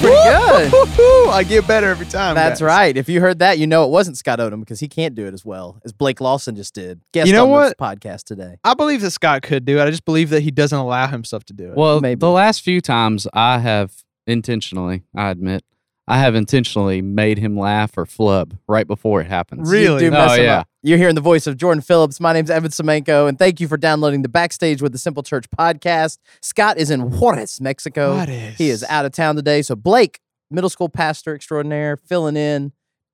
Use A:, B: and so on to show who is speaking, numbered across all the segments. A: good.
B: I get better every time.
A: That's
B: guys.
A: right. If you heard that, you know it wasn't Scott Odom because he can't do it as well as Blake Lawson just did. Guest
B: You know
A: on this podcast today.
B: I believe that Scott could do it. I just believe that he doesn't allow himself to do it.
C: Well,
A: Maybe.
C: the last few times I have intentionally, I admit, I have intentionally made him laugh or flub right before it happens.
B: Really?
A: You do
C: Oh,
A: mess him
C: yeah.
A: up. You're hearing the voice of Jordan Phillips. My name's Evan Semenko, and thank you for downloading the Backstage with the Simple Church podcast. Scott is in Juarez, Mexico.
B: is
A: He is out of town today. So Blake, middle school pastor extraordinaire, filling in,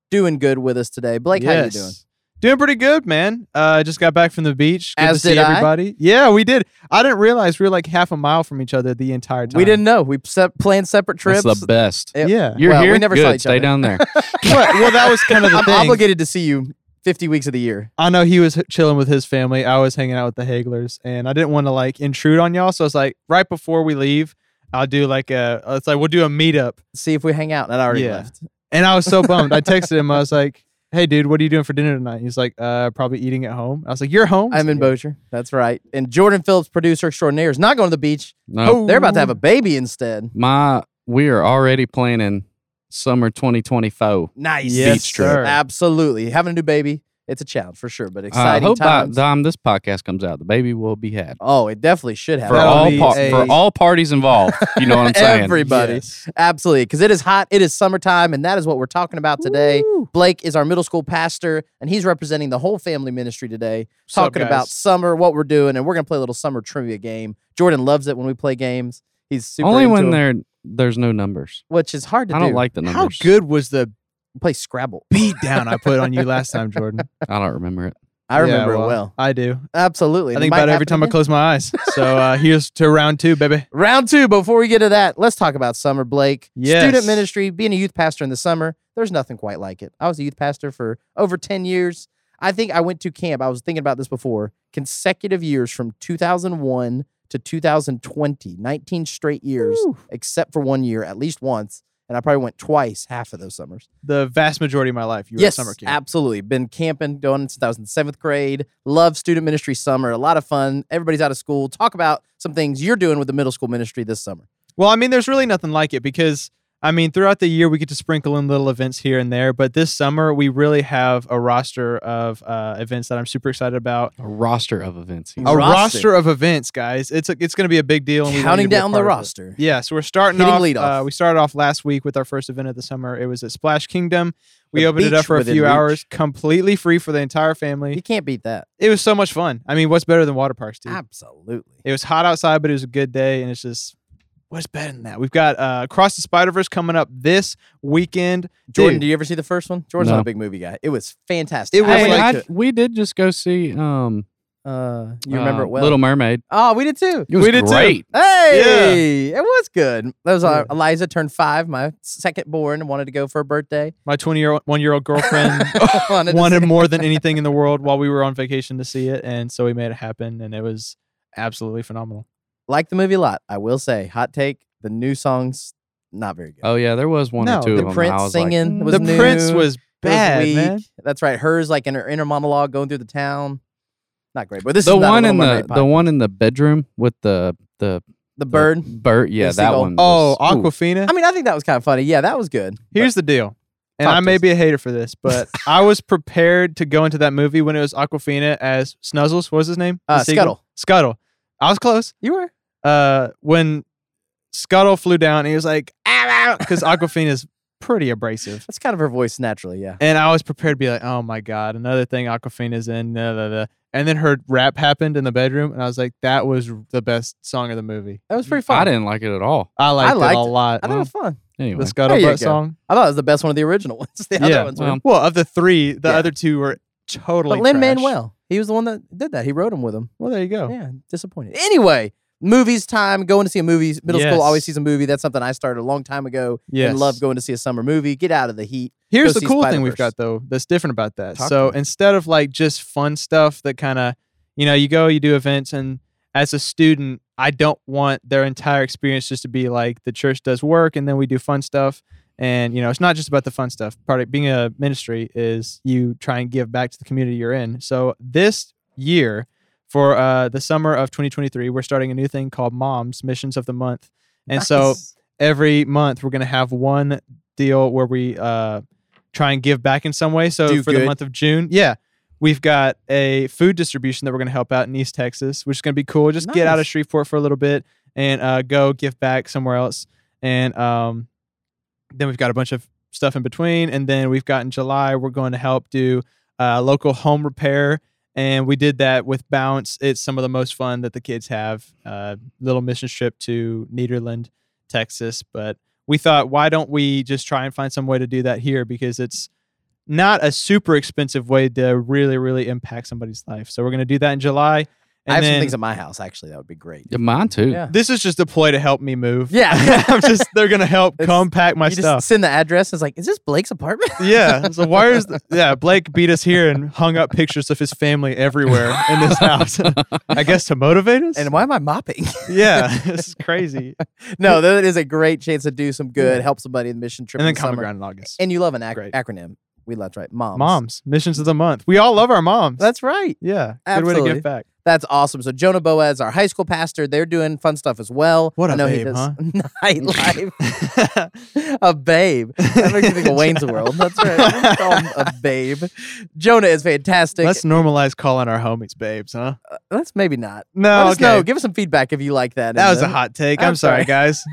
A: doing good with us today. Blake, how you doing?
B: Yes. Doing pretty good, man. Uh, just got back from the beach. Good
A: As
B: to see
A: did I.
B: everybody. Yeah, we did. I didn't realize we were like half a mile from each other the entire time.
A: We didn't know. We se- planned separate trips.
C: That's the best.
A: Yep.
B: Yeah.
C: You're
A: Well, we
C: here.
A: never saw
C: Good.
A: each
C: Stay
A: other.
C: down there.
B: Well, well, that was kind of the
A: I'm
B: thing.
A: obligated to see you 50 weeks of the year.
B: I know he was h- chilling with his family. I was hanging out with the Haglers, and I didn't want to like intrude on y'all. So I was like, right before we leave, I'll do like a. It's like we'll do a meetup,
A: See if we hang out. And I already
B: Yeah.
A: left.
B: and I was so bummed. I texted him. I was like, "Hey, dude, what are you doing for dinner tonight?" He's like, "Uh, probably eating at home." I was like, "You're home." He's
A: I'm in
B: like,
A: Bossier. That's right. And Jordan Phillips, producer extraordinaire, is not going to the beach.
C: No.
A: They're about to have a baby instead.
C: My, we are already planning summer 2024.
A: Nice.
B: Yes, Beach trip. sir.
A: Absolutely. Having a new baby, it's a challenge for sure, but
C: I
A: exciting
C: hope by the
A: times.
C: time this podcast comes out, the baby will be had.
A: oh, it definitely should
C: For
A: happen.
B: That'll
C: all,
B: be
C: par-
B: a-
C: for all parties involved. You know what I'm saying?
A: Everybody.
B: Yes.
A: Absolutely. Because it is hot. It is summertime. And that is what we're talking about today.
B: Woo.
A: Blake is our middle school pastor, and he's representing the whole family ministry today,
B: What's up,
A: talking about
B: guys?
A: summer, what we're doing, and we're going to play a little summer trivia game. Jordan loves it when we play games. He's super
C: Only
A: into
C: when
A: them,
C: there there's no numbers.
A: which is hard to
C: I
A: do.
C: don't like the
B: How
C: numbers.
B: good was the
A: play Scrabble.
B: beat down I put on you last time, Jordan?
C: I don't remember it.
A: I
B: Yeah,
A: remember it well.
B: I do.
A: Absolutely.
B: I
A: It
B: think
A: might
B: about every
A: happen
B: time I
A: again.
B: close my eyes. So uh, here's to round two, baby.
A: Round two, before we get to that, let's talk about summer, Blake.
B: Yes.
A: Student ministry, being a youth pastor in the summer, there's nothing quite like it. I was a youth pastor for over 10 years. I think I went to camp, I was thinking about this before, consecutive years from 2001 to 2020, 19 straight years,
B: Woo.
A: except for one year, at least once. And I probably went twice, half of those summers.
B: The vast majority of my life, you were at summer camp.
A: Absolutely. Been camping, going since I was in seventh grade. Love student ministry summer. A lot of fun. Everybody's out of school. Talk about some things you're doing with the middle school ministry this summer.
B: Well, I mean, there's really nothing like it because I mean, throughout the year we get to sprinkle in little events here and there, but this summer we really have a roster of uh, events that I'm super excited about.
C: A roster of events. here.
B: A
A: Roster.
B: roster of events, guys. It's a, it's going to be a big deal. And we want you
A: Counting
B: to be a
A: down the
B: part of it.
A: roster.
B: Yeah, so we're starting
A: Hitting
B: off.
A: lead off.
B: Uh, we started off last week with our first event of the summer. It was at Splash Kingdom. We
A: The
B: opened it up
A: beach
B: for a
A: within
B: few
A: reach.
B: hours, completely free for the entire
A: You
B: family.
A: can't beat that.
B: It was so much fun. I mean, what's better than water parks, dude?
A: Absolutely.
B: It was hot outside, but it was a good day, and it's just what's better than that? We've got uh, Across the Spider Verse coming up this weekend.
A: Jordan,
B: Dude,
A: do you ever see the first one? Jordan's not
C: No.
A: a big movie guy. It was fantastic.
B: It was
A: I
C: Hey,
A: went
B: like-
C: I- we did just go see. Um,
A: to- uh, you remember
C: uh,
A: it well.
C: Little Mermaid.
A: oh, we did too.
C: It was
B: We did too.
C: great.
A: Hey, it was good. That was uh,
B: Yeah.
A: Eliza turned five, my second born, and wanted to go for her birthday.
B: my twenty-year-one-year-old girlfriend
A: Wanted to
B: wanted
A: see-
B: more than anything in the world while we were on vacation to see it, and so we made it happen, and it was absolutely phenomenal.
A: Like the movie a lot, I will say. Hot take: the new songs not very good.
C: Oh yeah, there was one
B: No,
C: or two
A: the
C: of them.
A: Prince
C: I was
A: singing
C: like,
A: was
B: the
C: "Mm,
A: new.
B: Prince was
A: It was
B: bad,
A: weak.
B: man.
A: That's right. Hers like in her inner monologue going through the town. Not great, but this
C: the
A: is not a
C: one
A: Little
C: in the
A: Mermaid
C: the
A: podcast.
C: one in the bedroom with the the
A: the
C: the
A: bird.
C: bird. Yeah,
A: The
C: that
A: seagull.
C: one.
B: Oh,
C: was- ooh.
B: Aquafina.
A: I mean, I think that was kind of funny. Yeah, that was good.
B: Here's the deal. And
A: Talk
B: I
A: to
B: may
A: us.
B: be a hater for this, but I was prepared to go into that movie when it was Aquafina as Snuzzles. What was his name? The
A: Uh,
B: seagull?
A: Scuttle.
B: Scuttle. I was close.
A: You were.
B: Uh, when Scuttle flew down, he was like, because Aquafina's pretty abrasive.
A: That's kind of her voice naturally. Yeah.
B: And I was prepared to be like, oh my God, another thing Aquafina's in. da, da, da." And then her rap happened in the bedroom, and I was like, that was the best song of the movie.
A: That was pretty fun.
C: I didn't like it at all.
B: I liked,
A: liked
B: it a
A: it.
B: lot.
A: I thought it was fun.
C: Anyway,
B: the
A: There you go.
B: Scuttlebutt song.
A: I thought it was the best one of the original ones. The other
B: Yeah,
A: ones
C: well,
A: were.
B: Well, of the three, the
A: Yeah.
B: other two were totally.
A: But Lin
B: trash.
A: Manuel, he was the one that did that. He wrote him with him.
B: Well, there you
C: Oh.
B: go.
A: Yeah, disappointed. Anyway, movies time. Going to see a movie. Middle
B: Yes.
A: school always sees a movie. That's something I started a long time ago.
B: Yes.
A: And love going to see a summer movie. Get out of the heat.
B: Here's
A: Go
B: the
A: see
B: cool thing we've
A: Spider-Verse.
B: got though that's different about that.
A: Talk to
B: so
A: me.
B: instead of like just fun stuff that kind of, you know, you go, you do events, and as a student, I don't want their entire experience just to be like the church does work and then we do fun stuff. And you know, it's not just about the fun stuff. Part of being a ministry is you try and give back to the community you're in. So this year, for uh, the summer of 2023, we're starting a new thing called Moms Missions of the Month. And so
A: Nice.
B: every month we're going to have one deal where we uh, try and give back in some way. So
A: Do
B: for the
A: good.
B: month of June, yeah, we've got a food distribution that we're going to help out in East Texas, which is going to be cool. Just get out of
A: Nice.
B: Shreveport for a little bit and uh, go give back somewhere else. And um, then we've got a bunch of stuff in between. And then we've got in July, we're going to help do uh, local home repair. And we did that with Bounce. It's some of the most fun that the kids have. Uh, little mission trip to Nederland, Texas. But we thought, why don't we just try and find some way to do that here? Because it's not a super expensive way to really, really impact somebody's life. So we're going to do that in July. And
A: I have
B: then-
A: some things at my house actually that would be great.
C: Yeah, mine too.
A: Yeah.
B: this is just a ploy to help me move.
A: Yeah.
B: I'm just they're gonna help
A: It's-
B: compact my
A: you
B: stuff.
A: just send the address. It's like, is this Blake's apartment?
B: yeah. So where's the, yeah, Blake beat us here and hung up pictures of his family everywhere in this house. I guess to motivate us.
A: and why am I mopping?
B: yeah, this is crazy.
A: no, that is a great chance to do some good, help somebody in the mission trip.
B: and then
A: in the summer.
B: common ground in August.
A: And you love an ac-
B: Great.
A: acronym. We love right. Moms.
B: moms, missions of the month. We all love our moms.
A: That's right.
B: yeah. Good way to
A: Absolutely.
B: give back.
A: That's awesome. So Jonah Boaz, our high school pastor, they're doing fun stuff as well.
B: What a
A: I know he
B: babe,
A: does
B: huh?
A: nightlife. a babe. That makes me think of Wayne's World. That's right. Call him a babe. Jonah is fantastic.
B: Let's normalize calling our homies babes, huh?
A: Let's maybe not.
B: No,
A: Let us
B: Oh, okay.
A: know. Give us some feedback if you like that.
B: that
A: in
B: was a
A: them.
B: hot take. I'm,
A: I'm
B: sorry,
A: sorry.
B: guys.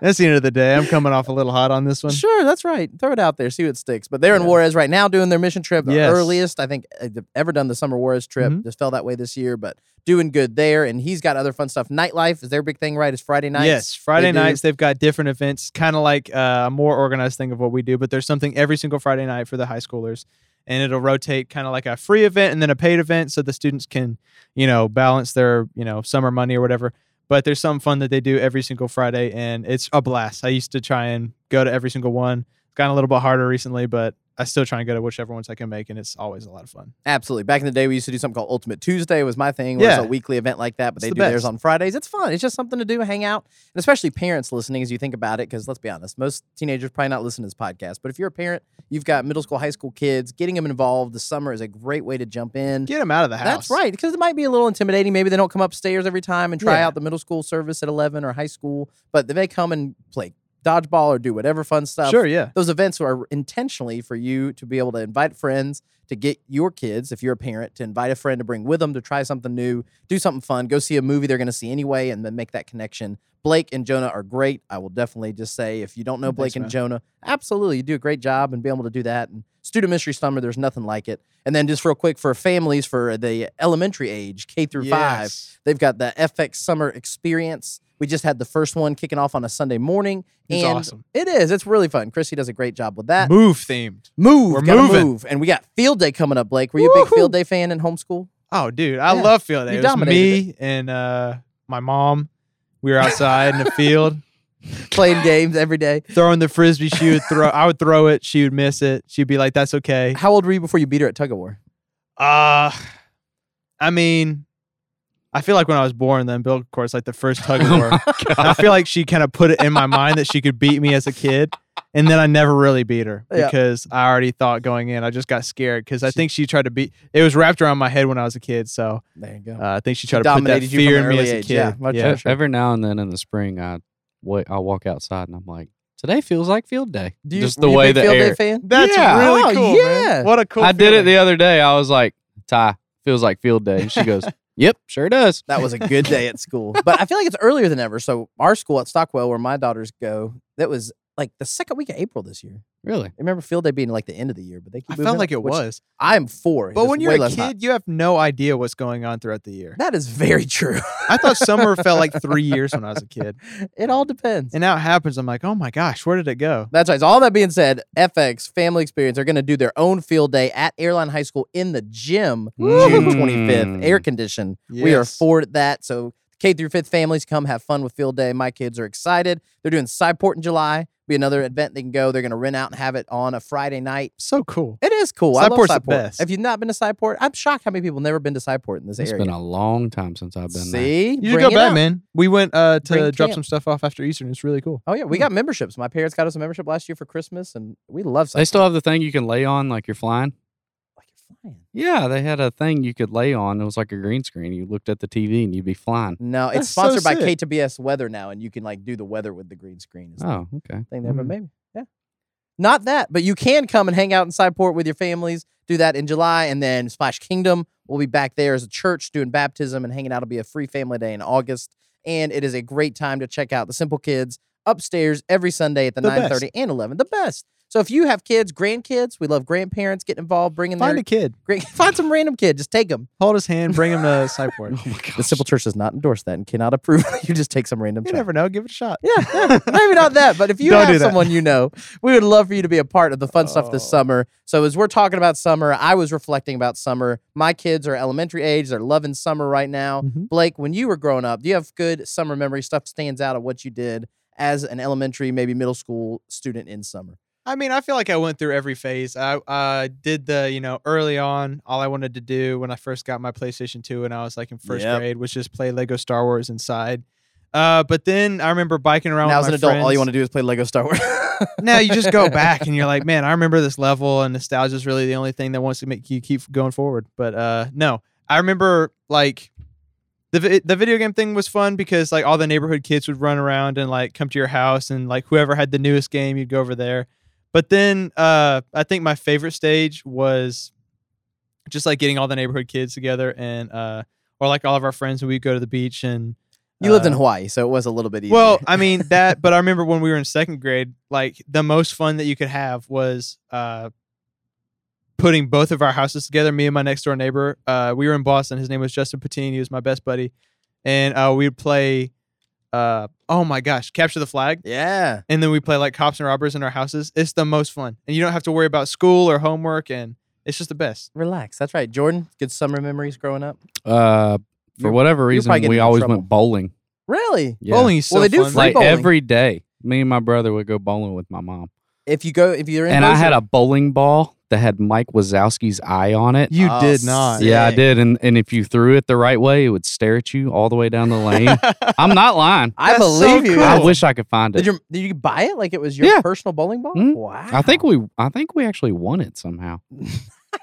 B: That's the end of the day. I'm coming off a little hot on this one.
A: Sure, that's right. Throw it out there, see what sticks. But they're in
B: Yeah.
A: Juarez right now doing their mission trip, the
B: Yes.
A: earliest I think uh, they've ever done the summer Juarez trip.
B: Mhm.
A: Just fell that way this year, but doing good there. And he's got other fun stuff. Nightlife is their big thing, right? It's Friday nights.
B: Yes, Friday
A: do.
B: nights they've got different events, kind of like uh, a more organized thing of what we do. But there's something every single Friday night for the high schoolers, and it'll rotate kind of like a free event and then a paid event, so the students can, you know, balance their you know summer money or whatever. But there's some fun that they do every single Friday, and it's a blast. I used to try and go to every single one. It's gotten a little bit harder recently, but I still try and go to whichever ones I can make, and it's always a lot of fun.
A: Absolutely. Back in the day, we used to do something called Ultimate Tuesday was my thing. Where
B: Yeah.
A: It's a weekly event like that, but
B: It's
A: they
B: the
A: do theirs
B: best.
A: on Fridays. It's fun. It's just something to do, hang out, and especially parents listening as you think about it. Because let's be honest, most teenagers probably not listen to this podcast. But if you're a parent, you've got middle school, high school kids, getting them involved this summer is a great way to jump in.
B: Get them out of the house.
A: That's right, because it might be a little intimidating. Maybe they don't come upstairs every time and try
B: Yeah.
A: out the middle school service at 11 or high school, but they may come and play dodgeball or do whatever fun stuff.
B: Sure. Yeah.
A: Those events are intentionally for you to be able to invite friends, to get your kids, if you're a parent, to invite a friend to bring with them to try something new, do something fun, go see a movie they're going to see anyway, and then make that connection. Blake and Jonah are great. I will definitely just say, if you don't know
B: Thanks,
A: Blake and
B: man.
A: Jonah, absolutely, you do a great job and be able to do that. And student ministry summer, there's nothing like it. And then just real quick for families for the elementary age, K through five,
B: Yes.
A: They've got the FX Summer Experience. We just had the first one kicking off on a Sunday morning.
B: It's
A: and
B: awesome.
A: It is. It's really fun. Chrissy does a great job with that.
B: Move themed.
A: Move,
B: We're
A: gotta
B: moving.
A: move, and we got Field Day coming up. Blake, were you a big
B: Woohoo.
A: Field Day fan in homeschool?
B: Oh, dude, I
A: Yeah,
B: love field day.
A: you
B: It was
A: dominated
B: me and uh, my mom. We were outside in the field
A: Playing games every day.
B: throwing the frisbee. She would throw. I would throw it. She would miss it. She'd be like, "That's okay."
A: How old were you before you beat her at tug of war?
B: Uh I mean, I feel like when I was born, then Bill, of course, like the first tug of
A: Oh
B: war. I feel like she kind of put it in my mind that she could beat me as a kid. And then I never really beat her
A: Yeah.
B: because I already thought going in. I just got scared because I think she tried to beat. It was wrapped around my head when I was a kid, so
A: There you go.
B: uh, I think she tried to put that
A: dominated you from
B: fear in
A: an
B: me
A: early
B: as a
A: age,
B: kid.
A: yeah, much
B: yeah.
A: better. sure.
C: E-, Every now and then in the spring, I wait. I walk outside and I'm like, today feels like field day.
A: Do you,
C: Just
A: were
C: the
A: you a
C: way
A: big
C: the
A: Field
C: air.
A: Day fan?
B: That's
C: Yeah.
B: really
A: Oh,
B: cool. man.
A: yeah.
B: What a cool.
C: I did it
B: feeling.
C: the other day. I was like, Ty feels like field day. And she goes, Yep, sure does.
A: That was a good day at school. But I feel like it's earlier than ever. So our school at Stockwell, where my daughters go, that was like the second week of April this year.
C: Really?
A: I remember Field Day being like the end of the year, but they keep
B: I
A: moving
B: felt
A: up,
B: like it
A: which
B: was.
A: I'm four.
B: But
A: It's
B: when
A: way
B: you're a
A: less
B: kid,
A: hot.
B: you have no idea what's going on throughout the year.
A: That is very true.
B: I thought summer felt like three years when I was a kid.
A: it all depends.
B: And now it happens. I'm like, oh my gosh, where did it go?
A: That's right. So all that being said, FX Family Experience are going to do their own field day at Airline High School in the gym June
C: Mm.
A: 25th, air conditioned. We are
B: Yes.
A: forward at that. So K through fifth families come have fun with field day. My kids are excited. They're doing Cyport in July. Be another event they can go. They're going to rent out and have it on a Friday night.
B: So cool.
A: It is cool. I love
B: Cyport's the
A: Cyport.
B: best.
A: If you've not been to Cyport, I'm shocked how many people have never been to Cyport in this
C: It's
A: area.
C: been a long time since I've been there.
A: See,
B: You should
A: Bring
B: go
A: it
B: back,
A: up.
B: man. We went uh, to
A: Bring
B: drop
A: camp.
B: some stuff off after Easter, and it's really cool.
A: Oh yeah, we got memberships. My parents got us a membership last year for Christmas, and we love
C: They
A: Cyport.
C: still have the thing you can lay on like you're flying.
A: Like, flying.
C: Yeah, they had a thing you could lay on. It was like a green screen. You looked at the TV and you'd be flying.
A: No, it's
B: That's so
A: sponsored by
B: sick.
A: KTBS Weather now, and you can like do the weather with the green screen. Is
C: Oh, okay.
A: thing there, but
B: Mm.
A: maybe. Yeah. Not that, but you can come and hang out in Sideport with your families, do that in July, and then Splash Kingdom will be back there as a church doing baptism and hanging out. It'll be a free family day in August. And it is a great time to check out the Simple Kids upstairs every Sunday at the,
B: The
A: nine
B: best.
A: thirty and 11. The best. So if you have kids, grandkids, we love grandparents getting involved, bringing
B: Find
A: their
B: a kid,
A: grand- find some random kid, just take them.
B: hold his hand, bring him to Cyport.
C: my
A: The Simple Church does not endorse that and cannot approve. you just take some random
B: You
A: child.
B: never know. Give it a shot.
A: Yeah, yeah. maybe not that, but if you
B: Don't
A: have
B: do that.
A: someone you know, we would love for you to be a part of the fun stuff this
B: Oh.
A: summer. So as we're talking about summer, I was reflecting about summer. My kids are elementary age; they're loving summer right now.
B: Mhm.
A: Blake, when you were growing up, do you have good summer memory? Stuff stands out of what you did as an elementary, maybe middle school student in summer.
B: I mean, I feel like I went through every phase. I uh, did the, you know, early on, all I wanted to do when I first got my PlayStation 2 and I was like in first
A: Yep.
B: grade was just play Lego Star Wars inside. Uh, but then I remember biking around.
A: now, as
B: with
A: an
B: my
A: adult, all
B: friends.
A: you want to do is play Lego Star Wars.
B: now you just go back and you're like, man, I remember this level, and nostalgia is really the only thing that wants to make you keep going forward. But uh, no, I remember like the vi- the video game thing was fun because like all the neighborhood kids would run around and like come to your house, and like whoever had the newest game, you'd go over there. But then uh, I think my favorite stage was just like getting all the neighborhood kids together and uh, or like all of our friends, and we'd go to the beach and
A: you lived in
B: uh,
A: Hawaii, so it was a little bit easier.
B: well, I mean that, but I remember when we were in second grade, like the most fun that you could have was uh, putting both of our houses together. Me and my next door neighbor, uh, we were in Boston. His name was Justin Patine. He was my best buddy, and uh, we'd play. Uh, oh my gosh, capture the flag,
A: yeah,
B: and then we play like cops and robbers in our houses. It's the most fun, and you don't have to worry about school or homework, and it's just the best.
A: relax. That's right, Jordan. Good summer memories growing up.
C: Uh, for
A: You're-
C: whatever reason,
A: probably getting
C: we
A: in
C: always
A: trouble.
C: went bowling.
A: Really?
C: Yeah.
B: Bowling is so
A: Well, they do
B: fun.
A: free
C: like
A: bowling.
C: every day. Me and my brother would go bowling with my mom.
A: If you go, if you're in,
C: And I
A: Bozeman-
C: had a bowling ball that had Mike Wazowski's eye on it. Uh,
B: you
A: Oh,
B: did not.
A: sick.
C: Yeah, I
A: Dang.
C: did. And and if you threw it the right way, it would stare at you all the way down the lane. I'm not lying.
A: I
B: That's so
A: believe you.
B: cool.
C: I wish I could find
A: Did
C: it.
A: you did you buy it like it was your
C: Yeah.
A: personal bowling ball?
C: Mhm.
A: Wow.
C: I think we I think we actually won it somehow.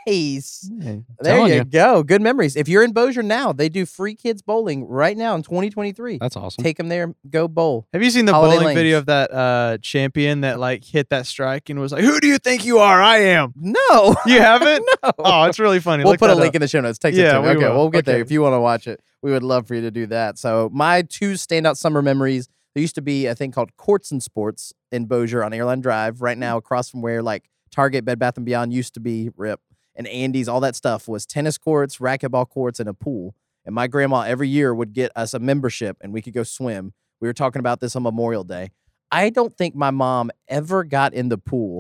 A: nice. There
C: telling
A: you
C: ya.
A: go. Good memories. If you're in Bossier now, they do free kids bowling right now in 2023.
C: That's awesome.
A: Take them there, go bowl.
B: Have you seen the
A: Holiday
B: bowling
A: lanes.
B: video of that uh, champion that like hit that strike and was like, "Who do you think you are? I am."
A: No.
B: You haven't?
A: no.
B: oh, it's really funny.
A: We'll
B: Look
A: put a
B: that
A: link
B: up.
A: in the show notes. Takes
B: Yeah,
A: it to me.
B: we
A: okay,
B: will.
A: we'll get there
B: Okay.
A: if you want to watch it. We would love for you to do that. So my two standout summer memories. There used to be a thing called Courts and Sports in Bossier on Airline Drive. Right now, across from where like Target, Bed Bath and Beyond used to be, Rip and Andy's, all that stuff was tennis courts, racquetball courts, and a pool. And my grandma every year would get us a membership, and we could go swim. We were talking about this on Memorial Day. I don't think my mom ever got in the pool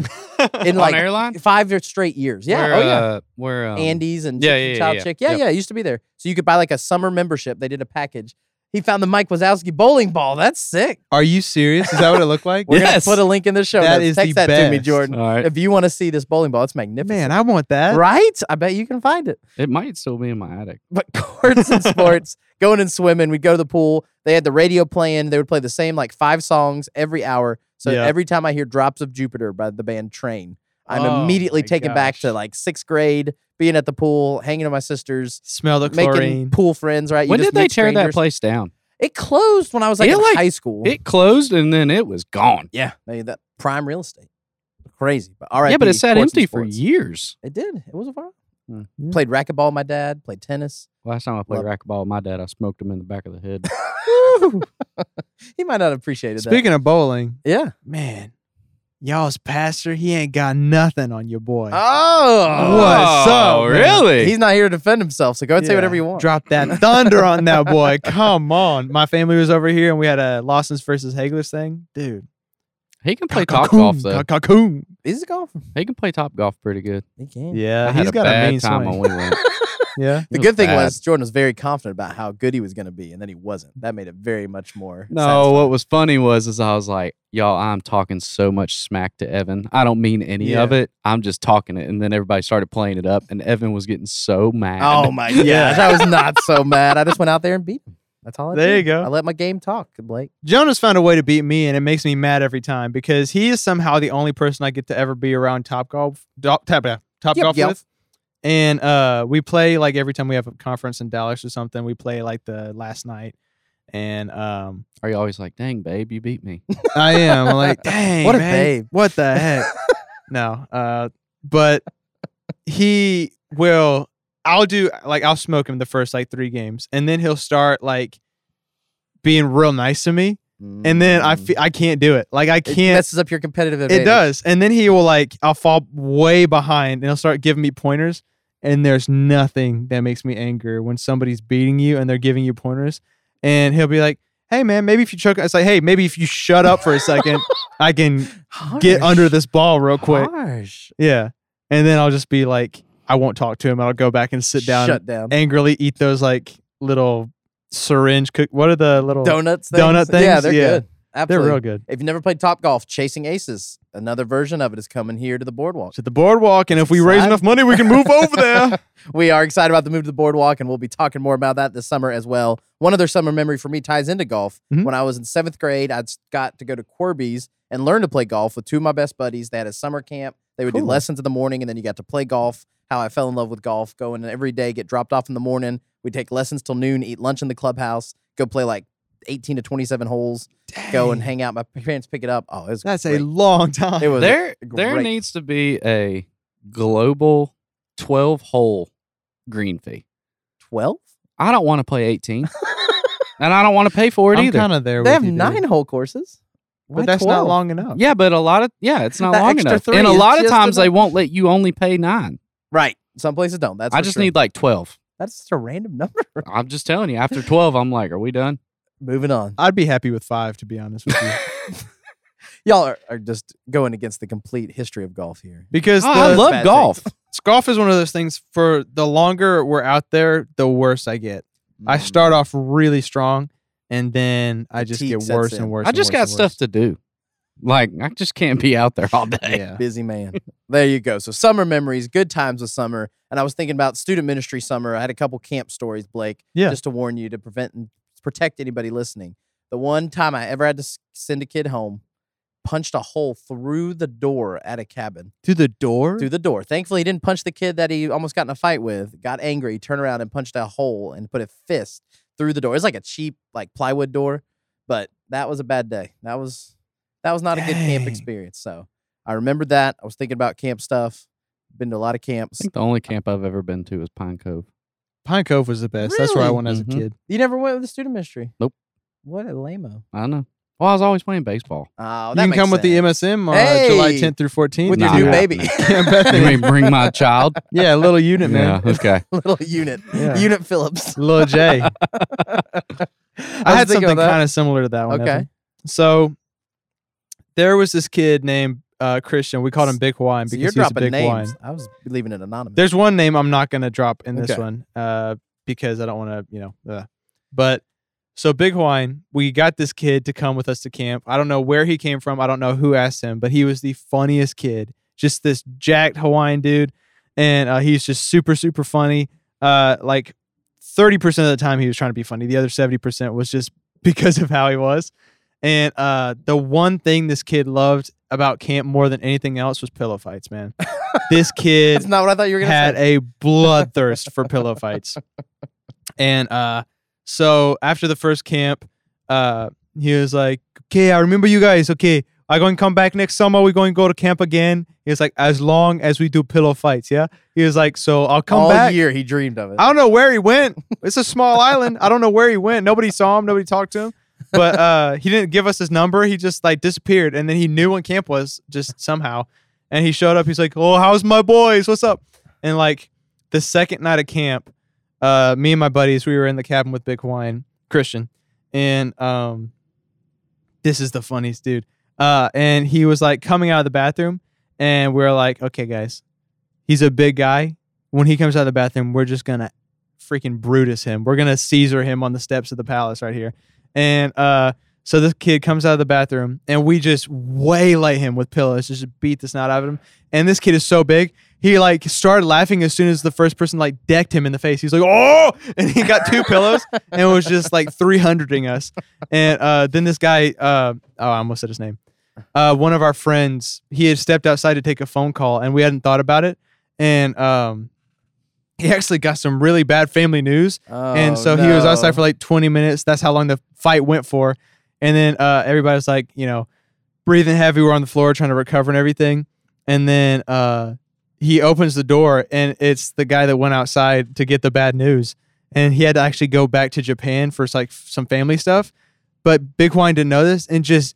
A: in
C: on
A: like
C: airline?
A: five straight years. Yeah,
C: Where,
A: oh yeah.
C: Uh, where um,
A: Andy's and
C: yeah,
A: Chick and
C: yeah,
A: Child
C: yeah,
A: Chick. Yeah,
C: yep.
A: yeah, it used to be there. So you could buy like a summer membership. They did a package. He found the Mike Wazowski bowling ball. That's sick.
B: Are you serious? Is that what it looked like?
A: We're
C: Yes.
A: gonna put a link in the show.
B: That
A: notes.
B: is the
A: Text that to me,
B: best.
A: Jordan.
C: All right.
A: If you want to see this bowling ball, it's magnificent.
B: Man, I want that.
A: right? I bet you can find it.
C: It might still be in my attic.
A: But courts and sports, going and swimming. We'd go to the pool. They had the radio playing. They would play the same like five songs every hour. So
B: Yeah.
A: every time I hear "Drops of Jupiter" by the band Train, I'm
B: Oh
A: immediately
B: my
A: taken back to
B: gosh.
A: like sixth grade, being at the pool, hanging with my sisters,
B: Smell the
A: making
B: chlorine.
A: pool friends, right? You
C: when
A: just
C: did they
A: meet
C: tear that
A: strangers.
C: place down?
A: It closed when I was like
C: It,
A: in
C: like,
A: high school.
C: It closed and then it was gone.
A: yeah, they, that prime real estate, crazy. But all right,
C: yeah, but it
A: the
C: sat
A: courts and
C: empty for
A: sports.
C: years.
A: It did. It was a while.
C: Hmm.
A: Played racquetball. with My dad played tennis.
C: Last time I played
A: Love
C: racquetball with my dad, I smoked him in the back of the head.
A: he might not have appreciated
B: Speaking of bowling,
A: that. Yeah.
B: man, y'all's pastor, he ain't got nothing on your boy.
A: Oh,
B: What's up, man?
C: Really?
A: He's not here to defend himself, so go and say whatever you want.
B: Drop that thunder on that boy. Come on. My family was over here and we had a Lawson's versus Hagler's thing. Dude.
C: he can play top golf
B: Cocoon,
C: though.
B: cocoon.
A: He's a golfer.
C: He can play top golf pretty good.
A: He can.
B: Yeah,
C: I had
B: he's
C: a
B: got
C: bad
B: a mean
C: time
B: swing.
C: when we went.
B: yeah.
A: The
C: It was
A: good thing
C: bad.
A: was Jordan was very confident about how good he was going to be, and then he wasn't. That made it very much more.
C: No,
A: satisfying.
C: what was funny was is I was like, y'all, I'm talking so much smack to Evan. I don't mean any of it. I'm just talking it. And then everybody started playing it up, and Evan was getting so mad.
A: Oh my
B: Yeah.
A: gosh, I was not so mad. I just went out there and beat him. That's all I
B: There
A: did.
B: you go.
A: I let my game talk, Blake.
B: Jonas found a way to beat me, and it makes me mad every time because he is somehow the only person I get to ever be around Top Golf, top, top, top
A: Yep,
B: golf
A: yep.
B: with. and uh, we play like every time we have a conference in Dallas or something. We play like the last night, and um,
C: Are you always like, dang, babe, you beat me?
B: I am I'm like, dang,
A: What a
B: man,
A: babe.
B: what the heck? no, uh, but he will. I'll do like I'll smoke him the first like three games, and then he'll start like being real nice to me, and then I fe- I can't do it. Like I
A: it
B: can't.
A: Mm. messes up your competitive advantage.
B: It does, and then he will like I'll fall way behind, and he'll start giving me pointers. And there's nothing that makes me angry when somebody's beating you and they're giving you pointers, and he'll be like, "Hey man, maybe if you choke," it's like, "Hey, maybe if you shut up for a second, I can get under this ball real quick."
A: Harsh.
B: Yeah, and then I'll just be like, "I won't talk to him. I'll go back and sit down,
A: Shut down.
B: and angrily eat those like little syringe cook. What are the little?
A: Donuts. Things?
B: donut
A: Yeah,
B: things?
A: they're
B: Yeah.
A: good.
B: they're
A: Absolutely.
B: real good."
A: If you've never played Top Golf, Chasing Aces, another version of it is coming here to the boardwalk.
B: To the boardwalk, and if we raise
A: Excited.
B: enough money, we can move over there.
A: We are excited about the move to the boardwalk, and we'll be talking more about that this summer as well. One other summer memory for me ties into golf.
B: Mhm.
A: When I was in seventh grade, I got to go to Quirby's and learn to play golf with two of my best buddies. They had a summer camp. They would do
B: Cool.
A: lessons in the morning, and then you got to play golf. How I fell in love with golf, going every day, get dropped off in the morning. We take lessons till noon, eat lunch in the clubhouse, go play like 18 to 27 holes, go and
B: Dang.
A: hang out. My parents pick it up. Oh, it was
B: That's
A: great.
B: a long time.
A: It was
C: there
A: great.
C: there needs to be a global 12 hole green fee.
A: 12?
C: I don't want to play 18 and I don't want to pay for it
B: I'm
C: either.
B: kind of there.
A: They
B: with
A: have
B: you, dude.
A: nine hole courses. Why
B: but that's
A: 12?
B: not long enough.
C: yeah, but a lot of yeah, it's not
A: That
C: long
A: extra
C: enough.
A: three
C: And a
A: is
C: lot of
A: just
C: times they
A: enough.
C: won't let you only pay 9.
A: Right. Some places don't. That's
C: I
A: for
C: just
A: sure.
C: need like 12.
A: That's just a random number.
C: I'm just telling you, after 12 I'm like, are we done?
A: Moving on.
B: I'd be happy with five, to be honest with you,
A: Y'all are, are just going against the complete history of golf here.
B: because
C: Oh, I
B: the-
A: bad
C: love
A: take.
C: golf.
B: golf is one of those things. For the longer we're out there, the worse I get.
C: Mm,
B: I
A: Mm.
B: start off really strong, and then I just
A: Fatigue
B: get
A: sets
B: worse
A: in.
B: and worse.
C: I
B: and
C: just
B: worse
C: got
B: and
C: stuff to do. Like I just can't be out there all
B: worse.
C: day.
B: Yeah.
A: Busy man. there you go. So summer memories, good times with summer. And I was thinking about student ministry summer. I had a couple camp stories, Blake,
B: Yeah.
A: just to warn you to prevent and protect anybody listening. The one time I ever had to s- send a kid home, punched a hole through the door at a cabin.
B: Through the door.
A: through the door. Thankfully, he didn't punch the kid that he almost got in a fight with. Got angry, turned around and punched a hole and put a fist through the door. It's like a cheap, like plywood door, but that was a bad day. That was that was not a good camp
B: Dang.
A: experience. So I remembered that. I was thinking about camp stuff. Been to a lot of camps.
C: I think the only camp I've ever been to is Pine Cove.
B: Pine Cove was the best. That's where I
A: Really?
B: went as a
C: Mhm.
B: kid.
A: You never went with the student ministry.
C: Nope.
A: What a lameo.
C: I know. Well, I was always playing baseball.
A: Oh,
B: you
A: that
B: can
A: makes
B: come with the
A: sense.
B: MSM on uh, July
A: Hey!
B: 10th through 14th.
A: with
C: Nah,
A: your new
C: I'm not
A: baby,
B: Yeah, Bethany.
C: You mean bring my child?
B: yeah, little unit man,
C: Yeah, okay.
A: little unit,
B: Yeah.
A: unit Phillips.
B: little J. I,
A: was
B: had
A: thinking
B: something
A: about that.
B: kind of similar to that one.
A: Okay.
B: Evan. So there was this kid named uh, Christian. We called him Big Wine
A: So
B: because
A: you're
B: he was a big
A: dropping names.
B: wine.
A: I was leaving it anonymous.
B: There's one name I'm not going to drop in this
A: Okay.
B: one uh, because I don't want to, you know. Uh. But so Big Wine, we got this kid to come with us to camp. I don't know where he came from. I don't know who asked him, but he was the funniest kid. Just this jacked Hawaiian dude, and uh, he's just super super funny. Uh, like 30% of the time he was trying to be funny. The other 70% was just because of how he was. And uh, the one thing this kid loved about camp more than anything else was pillow fights, man. this kid
A: That's not what I thought you were gonna
B: had
A: say.
B: a bloodthirst for pillow fights. And uh so after the first camp, uh he was like, Okay, I remember you guys, okay. I going to come back next summer. We're going to go to camp again. He was like, as long as we do pillow fights, yeah. He was like, so I'll come
A: All
B: back.
A: year he dreamed of it.
B: I don't know where he went. It's a small island. I don't know where he went. Nobody saw him. Nobody talked to him. But uh, he didn't give us his number. He just like disappeared, and then he knew when camp was just somehow. And he showed up. He's like, "Oh, how's my boys? What's up?" And like the second night of camp, uh, me and my buddies, we were in the cabin with Big Hawaiian Christian, and um, this is the funniest dude. Uh, and he was like coming out of the bathroom, and we are like, "Okay, guys, he's a big guy. When he comes out of the bathroom, we're just gonna freaking Brutus him. We're gonna Caesar him on the steps of the palace right here. And uh, so this kid comes out of the bathroom, and we just waylay him with pillows, just beat the snot out of him. And this kid is so big, he like started laughing as soon as the first person like decked him in the face. He's like, oh, and he got two pillows and was just like 300ing us. And uh, then this guy, uh, oh, I almost said his name. Uh, one of our friends, he had stepped outside to take a phone call, and we hadn't thought about it. And um, he actually got some really bad family news.
A: Oh,
B: and so he was outside
A: no.
B: for like 20 minutes. That's how long the fight went for. And then uh, everybody's like, you know, breathing heavy. We're on the floor trying to recover and everything. And then uh, he opens the door, and it's the guy that went outside to get the bad news. And he had to actually go back to Japan for like some family stuff. But Big Wine didn't know this and just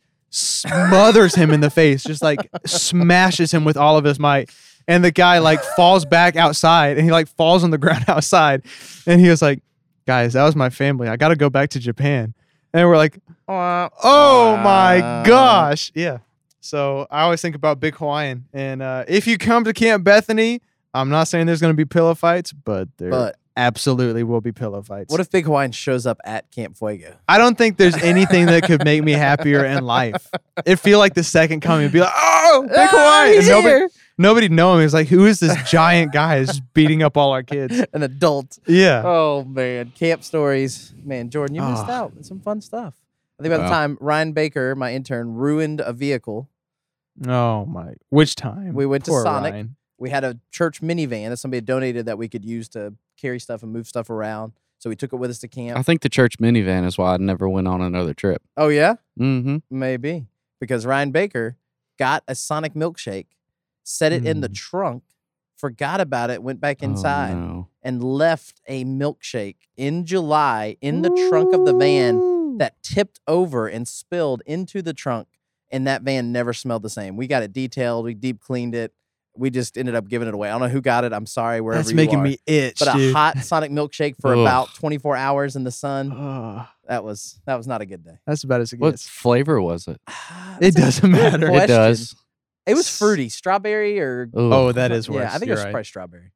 B: smothers him in the face, just like smashes him with all of his might. And the guy like falls back outside and he like falls on the ground outside. And he was like, guys, that was my family. I got to go back to Japan. And we're like, oh my gosh. Yeah. So I always think about Big Hawaiian. And uh, if you come to Camp Bethany, I'm not saying there's going to be pillow fights, but there
A: But
B: absolutely will be pillow fights.
A: what if Big Hawaiian shows up at Camp Fuego?
B: I don't think there's anything that could make me happier in life. It feel like the second coming would be like, oh, Big
A: Ah,
B: Hawaiian. And nobody, nobody know him. It's like, who is this giant guy that's just beating up all our kids?
A: An adult.
B: Yeah.
A: Oh man, camp stories. Man, Jordan, you missed
B: Ah.
A: out on some fun stuff. I think by the
C: Wow.
A: time Ryan Baker, my intern, ruined a vehicle,
B: Oh my. Which time?
A: We went to
B: Poor
A: Sonic.
B: Ryan.
A: we had a church minivan that somebody had donated that we could use to carry stuff and move stuff around. So we took it with us to camp.
C: I think the church minivan is why I never went on another trip.
A: oh yeah,
C: Mm-hmm.
A: maybe because Ryan Baker got a Sonic milkshake, set it in the
B: Mm. Oh,
A: trunk, forgot about it, went back inside,
C: no.
A: and left a milkshake in July in the trunk of the van that tipped over and spilled into the trunk, and that van never smelled the same. We got it detailed, we deep cleaned it. We just ended up giving it away. I don't know who got it. I'm sorry, wherever
B: That's
A: you
B: making
A: are.
B: me itch.
A: But a
B: dude.
A: hot Sonic milkshake for
C: Ugh.
A: about 24 hours in the sun.
B: Ugh,
A: That was that was not a good day.
B: that's about as it
C: What
B: gets.
C: flavor was it?
B: It
A: That's a
B: doesn't
A: good
B: matter. It
A: question.
C: It does.
A: It was fruity, strawberry or
C: Ooh.
B: Oh, that is worse.
A: Yeah, I think it
B: You're
A: was
B: right.
A: probably strawberry.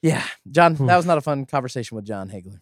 A: Yeah, John, that
B: Oof.
A: was not a fun conversation with John Hagler.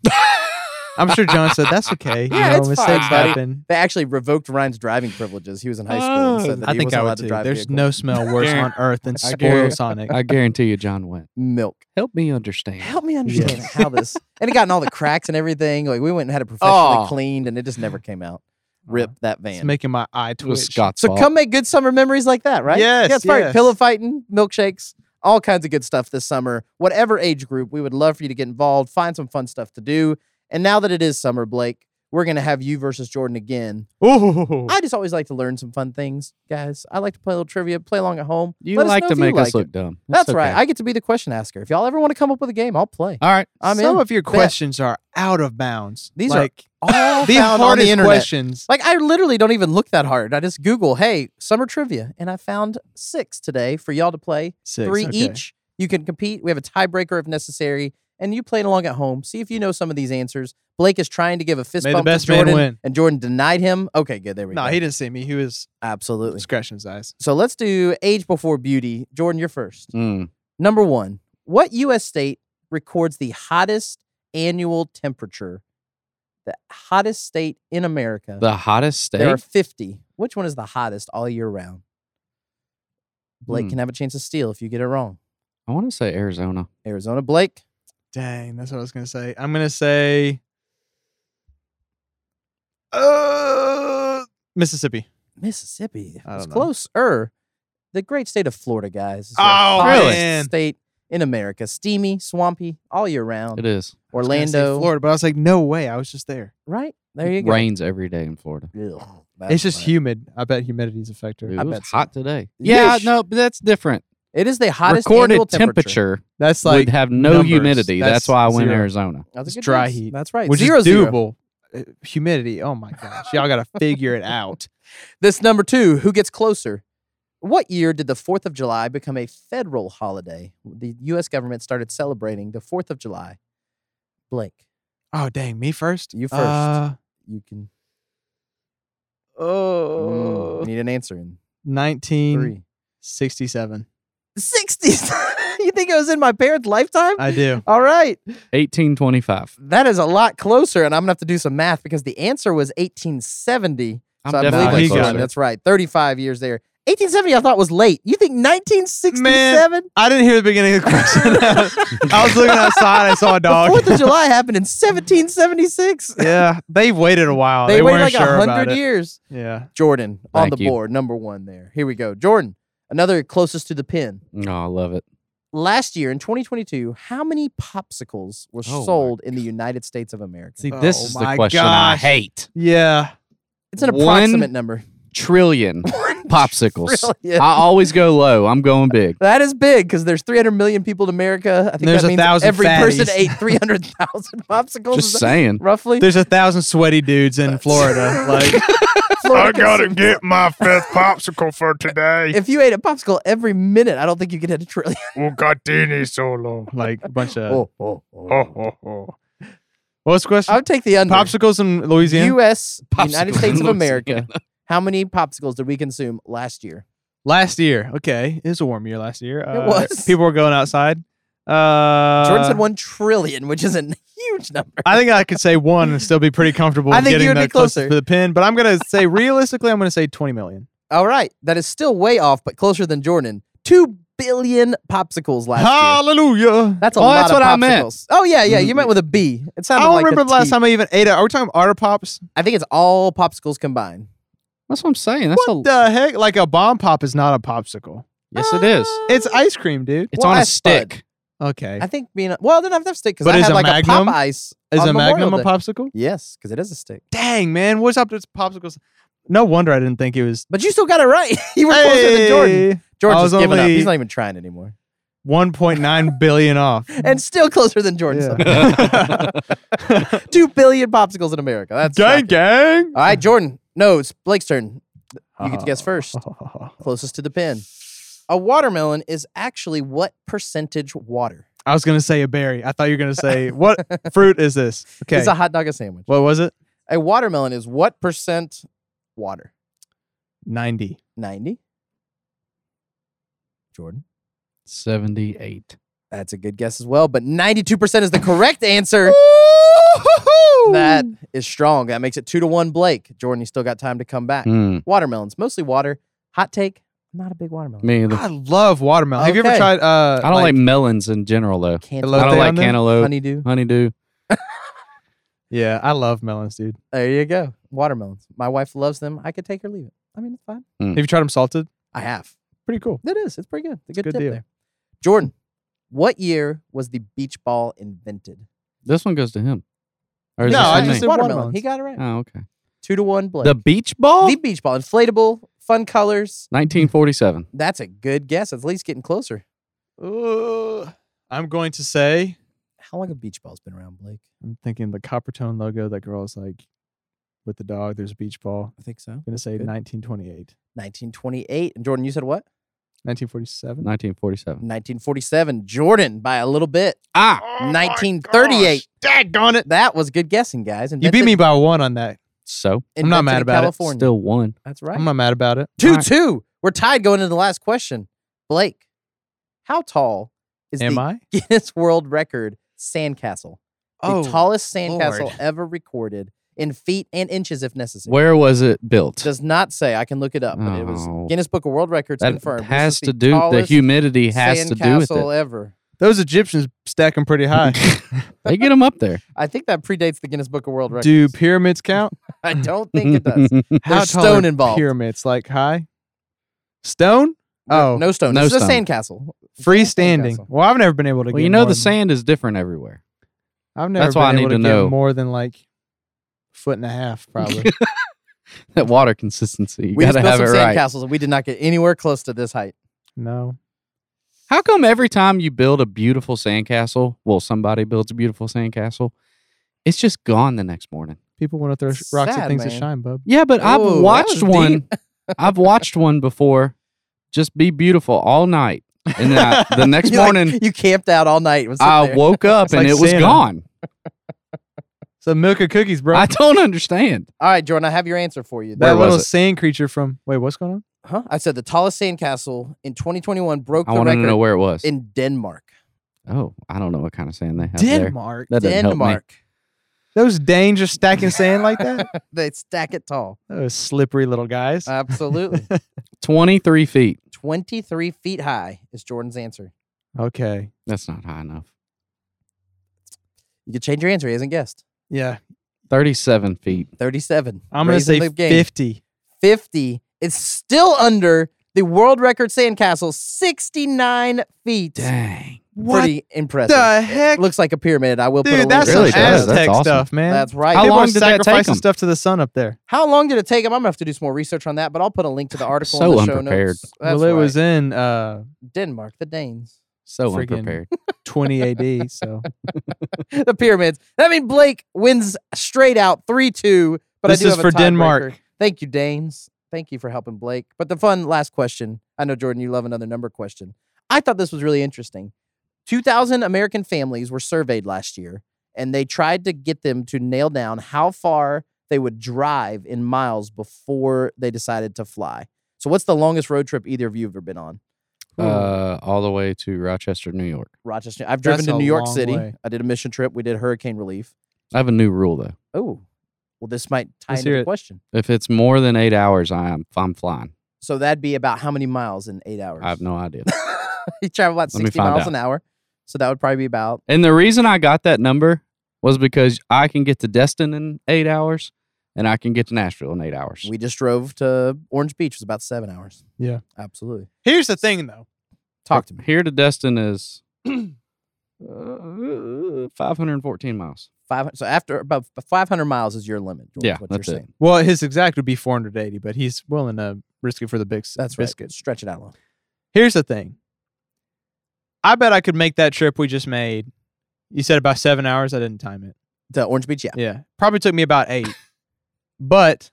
B: I'm sure John said that's okay. You
A: Yeah,
B: know,
A: it's fine,
B: mistakes
A: buddy.
B: happen.
A: They actually revoked Ryan's driving privileges. He was in high school. and said that
B: Oh, I
A: he
B: think
A: wasn't
B: I
A: allowed
B: would
A: to
B: too.
A: drive
B: There's
A: vehicles.
B: no smell worse on earth than
C: I
B: spoil
C: guarantee-
B: Sonic.
C: I guarantee you, John went.
A: milk.
C: Help me understand.
A: Help me understand how this and it got in all the cracks and everything. Like we went and had it professionally
C: Oh.
A: cleaned, and it just never came out. Rip that van.
B: It's making my eye
C: It was
B: twitch.
C: Scott's
A: So
C: fault.
A: come make good summer memories like that, right?
B: Yes,
A: Yeah, it's perfect.
B: yes.
A: Pillow fighting, milkshakes, all kinds of good stuff this summer. Whatever age group, we would love for you to get involved, find some fun stuff to do. And now that it is summer, Blake, we're going to have you versus Jordan again.
B: Ooh.
A: I just always like to learn some fun things, guys. I like to play a little trivia, play along at home.
C: You
A: Let us
C: like
A: know
C: to
A: if you
C: make
A: like
C: us look
A: it.
C: dumb. It's
A: That's right.
C: okay.
A: I get to be the question asker. If y'all ever want to come up with a game, I'll play.
C: All right.
A: I'm
B: Some
A: in.
B: of your questions are out of bounds.
A: These are
B: like,
A: all
B: the
A: found on the
B: hardest
A: internet.
B: questions.
A: Like I literally don't even look that hard. I just Google, hey, summer trivia, and I found six today for y'all to play.
B: Six,
A: three
B: okay.
A: each. You can compete. We have a tiebreaker if necessary. And you played along at home. See if you know some of these answers. Blake is trying to give a fist
B: May the
A: bump
B: best
A: to
B: man
A: Jordan,
B: win.
A: and Jordan denied him. Okay, good. There we
B: No,
A: go.
B: he didn't see me. He was
A: Absolutely.
B: scratching his eyes.
A: So let's do age before beauty. Jordan, you're first.
C: Mm.
A: Number one, what U.S. state records the hottest annual temperature? The hottest state in America.
C: The hottest state.
A: there are 50. Which one is the hottest all year round? Blake
C: Hmm.
A: can have a chance to steal if you get it wrong.
C: I want to say Arizona.
A: Arizona, Blake.
B: Dang, that's what I was gonna say. I'm gonna say, uh, Mississippi.
A: Mississippi.
B: I
A: It's
B: don't know.
A: closer. The great state of Florida, guys. is the
B: Oh,
A: hottest
B: man.
A: State in America, steamy, swampy, all year round.
C: It is.
B: I was gonna say
A: Orlando,
B: Florida. But I was like, no way. I was just there.
A: right there you go.
C: Rains every day in Florida.
A: Ugh,
B: it's
A: that's
B: just
A: funny.
B: humid. I bet humidity's a factor.
C: It
A: I
C: was
A: bet so.
C: hot today. Yeah,
A: Yeesh.
C: no, but that's different.
A: It is the hottest annual
C: Recorded
A: temperature.
C: temperature
B: That's
C: would
B: like
C: have no
B: numbers.
C: humidity. That's,
B: That's
C: why I went
B: zero.
C: Arizona.
A: That's a
B: It's
A: good
B: dry
A: guess.
B: heat,
A: That's right.
B: which
A: zero
B: is
A: zero.
B: doable. Uh, humidity. Oh my gosh, y'all gotta figure it out.
A: This number two. Who gets closer? What year did the Fourth of July become a federal holiday? The U.S. government started celebrating the Fourth of July. Blake,
B: Oh dang, me first.
A: You first.
B: Uh,
A: you can.
B: oh,
A: Mm, we need an answer in three.
B: nineteen sixty-seven.
A: 60s. you think it was in my parents' lifetime?
B: I do.
A: All right.
C: 1825.
A: That is a lot closer, and I'm going to have to do some math because the answer was 1870.
C: I'm
A: so I believe
C: definitely
A: that's,
B: closer.
A: right. that's right. 35 years there. 1870, I thought was late. You think 1967?
B: I didn't hear the beginning of the question. I was looking outside. I saw a
A: The
B: dog.
A: 4th of July happened in 1776.
B: yeah, they waited a while.
A: They,
B: Oh, They,
A: waited
B: weren't
A: like a
B: sure about
A: 100
B: it.
A: years.
B: Yeah.
A: Jordan on
C: Thank
A: the
C: you.
A: board, number one there. Here we go. Jordan, another closest to the pin.
C: No, I love it.
A: last year in 2022, how many popsicles were
C: Oh my
A: sold in the United States of America?
C: See,
B: Oh
C: this is the
B: my
C: question I
B: gosh.
C: hate.
B: Yeah.
A: it's an
C: one-
A: approximate number.
C: Trillion popsicles.
A: Trillion.
C: I always go low. I'm going big.
A: That is big because there's 300 million people in America. I think
B: There's
A: that
B: a
A: means
B: thousand
A: every person
B: fatties.
A: ate 300,000 popsicles.
C: Just
A: Is that
C: saying.
A: Roughly,
B: There's a thousand sweaty dudes in Florida. Like
A: Florida
D: gotta
A: consumes-
D: get my fifth popsicle for today.
A: If you ate a popsicle every minute, I don't think you could hit a trillion.
D: Ugatini solo.
B: like a bunch of
A: Oh, oh, oh.
D: Ho, ho, ho.
B: what's the question?
A: I would take the under.
B: Popsicles in Louisiana.
A: U.S. United
C: Popsicle
A: States of
C: in
A: America.
C: Louisiana.
A: How many popsicles did we consume last year?
B: last year. Okay, it was a warm year last year. It
A: was.
B: People were going outside. Uh,
A: Jordan said one trillion, which is a huge number.
B: I think I could say one and still be pretty comfortable.
A: I
B: in
A: think you
B: getting
A: would be
B: that close
A: closer.
B: to the pin, but I'm gonna say realistically, I'm gonna say 20 million.
A: All right, that is still way off, but closer than Jordan. Two billion popsicles last year.
B: Hallelujah!
A: That's a
C: Oh,
A: lot
C: that's
A: of
C: what
A: popsicles.
C: I meant.
A: Oh yeah, yeah. You meant with a B. It
B: I
A: sounded
B: don't
A: like a
B: remember the last
A: T.
B: time I even ate it. Are we talking Otter Pops?
A: I think it's all popsicles combined.
C: That's what I'm saying. That's
B: what
C: a
B: the heck? Like a bomb pop is not a popsicle.
C: yes, it is.
B: It's ice cream, dude.
C: It's
A: well,
C: on
A: I
C: a
A: spud.
C: stick.
B: Okay.
A: Ah. I think being a, well, then I have to stick because
B: But
A: I
B: is
A: had
B: a
A: like
B: Magnum-
A: a Popeyes.
B: Is
A: on
B: a Magnum
A: Memorial
B: a
A: Day.
B: popsicle?
A: Yes, because it is a stick.
B: Dang, man, what's up with popsicles? No wonder I didn't think it was.
A: But you still got it right. you were closer than Jordan.
B: Hey, I
A: Jordan's
B: was
A: giving up.
B: only-
A: He's not even trying anymore.
B: 1.9 billion off.
A: And still closer than Jordan.
B: Mm-hmm. Yeah.
A: somehow. Two billion popsicles in America. That's
B: gang,
A: shocking.
B: gang.
A: All right, Jordan. No, it's Blake's turn. You get to
B: Ah.
A: guess first. Closest to the pin. A watermelon is actually what percentage water?
B: I was gonna say a berry. I thought you were gonna say what fruit is this? Okay,
A: It's a hot dog a sandwich.
B: what was it?
A: A watermelon is what percent water?
B: Ninety.
A: 90. Jordan.
C: 78.
A: That's a good guess as well, but 92% is the correct answer. That is strong. That makes it two to one, Blake. Jordan, you still got time to come back.
C: Hmm.
A: Watermelons, mostly water. Hot take, I'm not a big watermelon.
C: Me either.
B: I love watermelon. Have you
A: Okay.
B: ever tried? Uh,
C: I don't like, melons in general though.
A: Can't
B: Hello
C: I
B: Lotte
C: don't
B: on
C: like
B: there?
C: cantaloupe,
A: honeydew.
C: honeydew.
B: Yeah, I love melons, dude.
A: There you go. Watermelons. My wife loves them. I could take or leave it. I mean, it's fine.
B: Have you tried them salted?
A: I have.
B: Pretty cool.
A: It is. It's pretty good. It's a good,
B: Good
A: tip
B: deal.
A: there. Jordan, what year was the beach ball invented?
C: This one goes to him. Or is
B: No,
C: this
B: I
C: to
B: just
C: me?
B: said watermelons.
A: He got it right.
C: Oh, okay.
A: Two to one, Blake.
C: The beach ball?
A: The beach ball, inflatable, fun colors.
C: 1947.
A: That's a good guess. It's at least getting closer.
B: Uh, I'm going to say.
A: How long have beach balls been around, Blake?
B: I'm thinking the copper tone logo. That girl's like with the dog. There's a beach ball.
A: I think so.
B: I'm gonna say
A: good.
B: 1928,
A: 1928. And Jordan, you said what?
B: 1947.
C: 1947.
A: 1947. Jordan by a little bit.
C: Ah,
D: Oh my
A: 1938.
D: Oh gosh, Daggone it.
A: That was good guessing, guys.
B: You beat me by one on that.
C: so
B: I'm not mad about it.
A: California.
C: still one.
A: That's right.
B: I'm not mad about it.
A: two
C: All right.
A: two. We're tied going into the last question. Blake, how tall is
B: Am
A: the
B: I?
A: Guinness World Record sandcastle? the tallest sandcastle
B: Oh, Lord.
A: ever recorded in feet and inches, if necessary.
C: Where was it built?
A: Does not say. I can look it up, but it
C: Oh.
A: was Guinness Book of World Records
C: that
A: confirmed. This
C: has
A: is
C: to do the
A: tallest
C: humidity has to do with
A: sandcastle
C: it.
A: ever.
B: Those Egyptians stack them pretty high.
C: They get them up there.
A: I think that predates the Guinness Book of World Records.
B: Do pyramids count?
A: I don't think it does.
B: How
A: There's
B: tall
A: stone
B: are
A: involved.
B: Pyramids like high. Stone? Oh,
A: no stone.
C: no
A: this is a
C: stone.
A: sandcastle.
B: freestanding.
A: Sandcastle.
B: Well, I've never been able to.
C: well,
B: get
C: you know
B: more
C: the
B: than-
C: sand is different everywhere.
B: I've never
C: that's
B: been
C: why I
B: able
C: need
B: to,
C: to
B: get
C: know.
B: more than like foot and a half, probably.
C: That water consistency, you
A: We just
C: gotta
A: built
C: have
A: some
C: it right.
A: sandcastles and we did not get anywhere close to this height.
B: no,
C: How come every time you build a beautiful sandcastle, well, somebody builds a beautiful sandcastle, it's just gone the next morning?
B: people want to throw
A: It's
B: rocks
A: sad,
B: at things
A: man.
B: that shine, bub.
C: Yeah, but
A: Ooh, that
C: I've
A: was
C: watched one.
A: deep.
C: I've watched one before. Just be beautiful all night, and then I, the next
A: You, like,
C: morning
A: you camped out all night. It was
C: I
A: sitting there.
C: woke up
B: It's
C: and
B: like
C: it was
B: Santa.
C: gone.
B: So milk of cookies, bro.
C: I don't understand.
A: all right, Jordan, I have your answer for you.
B: that
C: Where was
B: little
C: it?
B: sand creature from. Wait, what's going on?
A: Huh? I said the tallest sandcastle in 2021 broke
C: I
A: the
C: want to
A: record
C: know where it was.
A: in Denmark.
C: oh, I don't know what kind of sand they have
B: Denmark.
C: there. That doesn't help me.
A: Denmark.
B: Those danes just stacking sand like that.
A: They stack it tall.
B: Those slippery little
A: Uh,
B: guys.
A: Absolutely.
C: Twenty-three feet.
A: 23 feet high is Jordan's answer.
B: okay.
C: That's not high enough.
A: You could change your answer. He hasn't guessed.
B: Yeah,
C: Thirty-seven feet.
A: 37.
B: I'm gonna
A: Raising
B: say
A: the game.
B: fifty.
A: 50 It's still under the world record sandcastle, 69 feet.
C: Dang.
B: What
A: Pretty impressive.
B: the heck?
A: Looks like a pyramid. I will put a
B: Dude,
A: link
B: that's
A: in
B: some
C: Really
A: the show
C: does.
A: notes.
C: That's
B: Aztec
C: awesome.
B: stuff, man.
A: That's right.
C: How
B: People
C: long
B: are
C: did that take
B: sacrificing
C: 'em?
B: stuff to the sun up there?
A: How long did it take him? I'm gonna have to do some more research on that, but I'll put a link to the article.
C: So
A: in the show
C: unprepared.
A: Notes. That's
B: well, it
A: right.
B: was in uh,
A: Denmark, the Danes,
C: So
B: Friggin-
C: unprepared.
B: 20 AD, so
A: the pyramids. That means Blake wins straight out three two. But
B: This
A: I do
B: is
A: have a
B: for Denmark.
A: tiebreaker. Thank you, Danes. Thank you for helping Blake. But the fun last question. I know Jordan, you love another number question. I thought this was really interesting. Two thousand American families were surveyed last year, and they tried to get them to nail down how far they would drive in miles before they decided to fly. So, what's the longest road trip either of you have ever been on?
C: Uh, all the way to Rochester, New York.
A: Rochester. I've driven
B: That's
A: to
B: a
A: New York
B: long
A: City.
B: way.
A: I did a mission trip. We did hurricane relief.
C: I have a new rule though.
A: Oh, well, this might tie
B: Let's
A: into
B: hear
A: the
B: it.
A: question.
C: If it's more than eight hours, I am I'm flying.
A: So that'd be about how many miles in eight hours?
C: I have no idea.
A: you travel about
C: Let me
A: sixty
C: find
A: miles
C: out.
A: an hour, so that would probably be about.
C: And the reason I got that number was because I can get to Destin in eight hours, and I can get to Nashville in eight hours.
A: We just drove to Orange Beach. It was about seven hours.
B: Yeah.
A: absolutely.
B: here's the thing though.
A: Talk to me.
C: Here to Destin is uh, 514 miles.
A: Five. So after about five hundred miles is your limit. Jordan,
C: Yeah,
A: is what
C: that's
A: you're
C: it.
A: saying.
B: Well, his exact would be 480, but he's willing to risk it for the big s-
A: That's right.
B: biscuit.
A: Stretch it out a little.
B: Here's the thing. I bet I could make that trip we just made. You said about seven hours. I didn't time it.
A: To Orange Beach, yeah.
B: Yeah. Probably took me about eight. but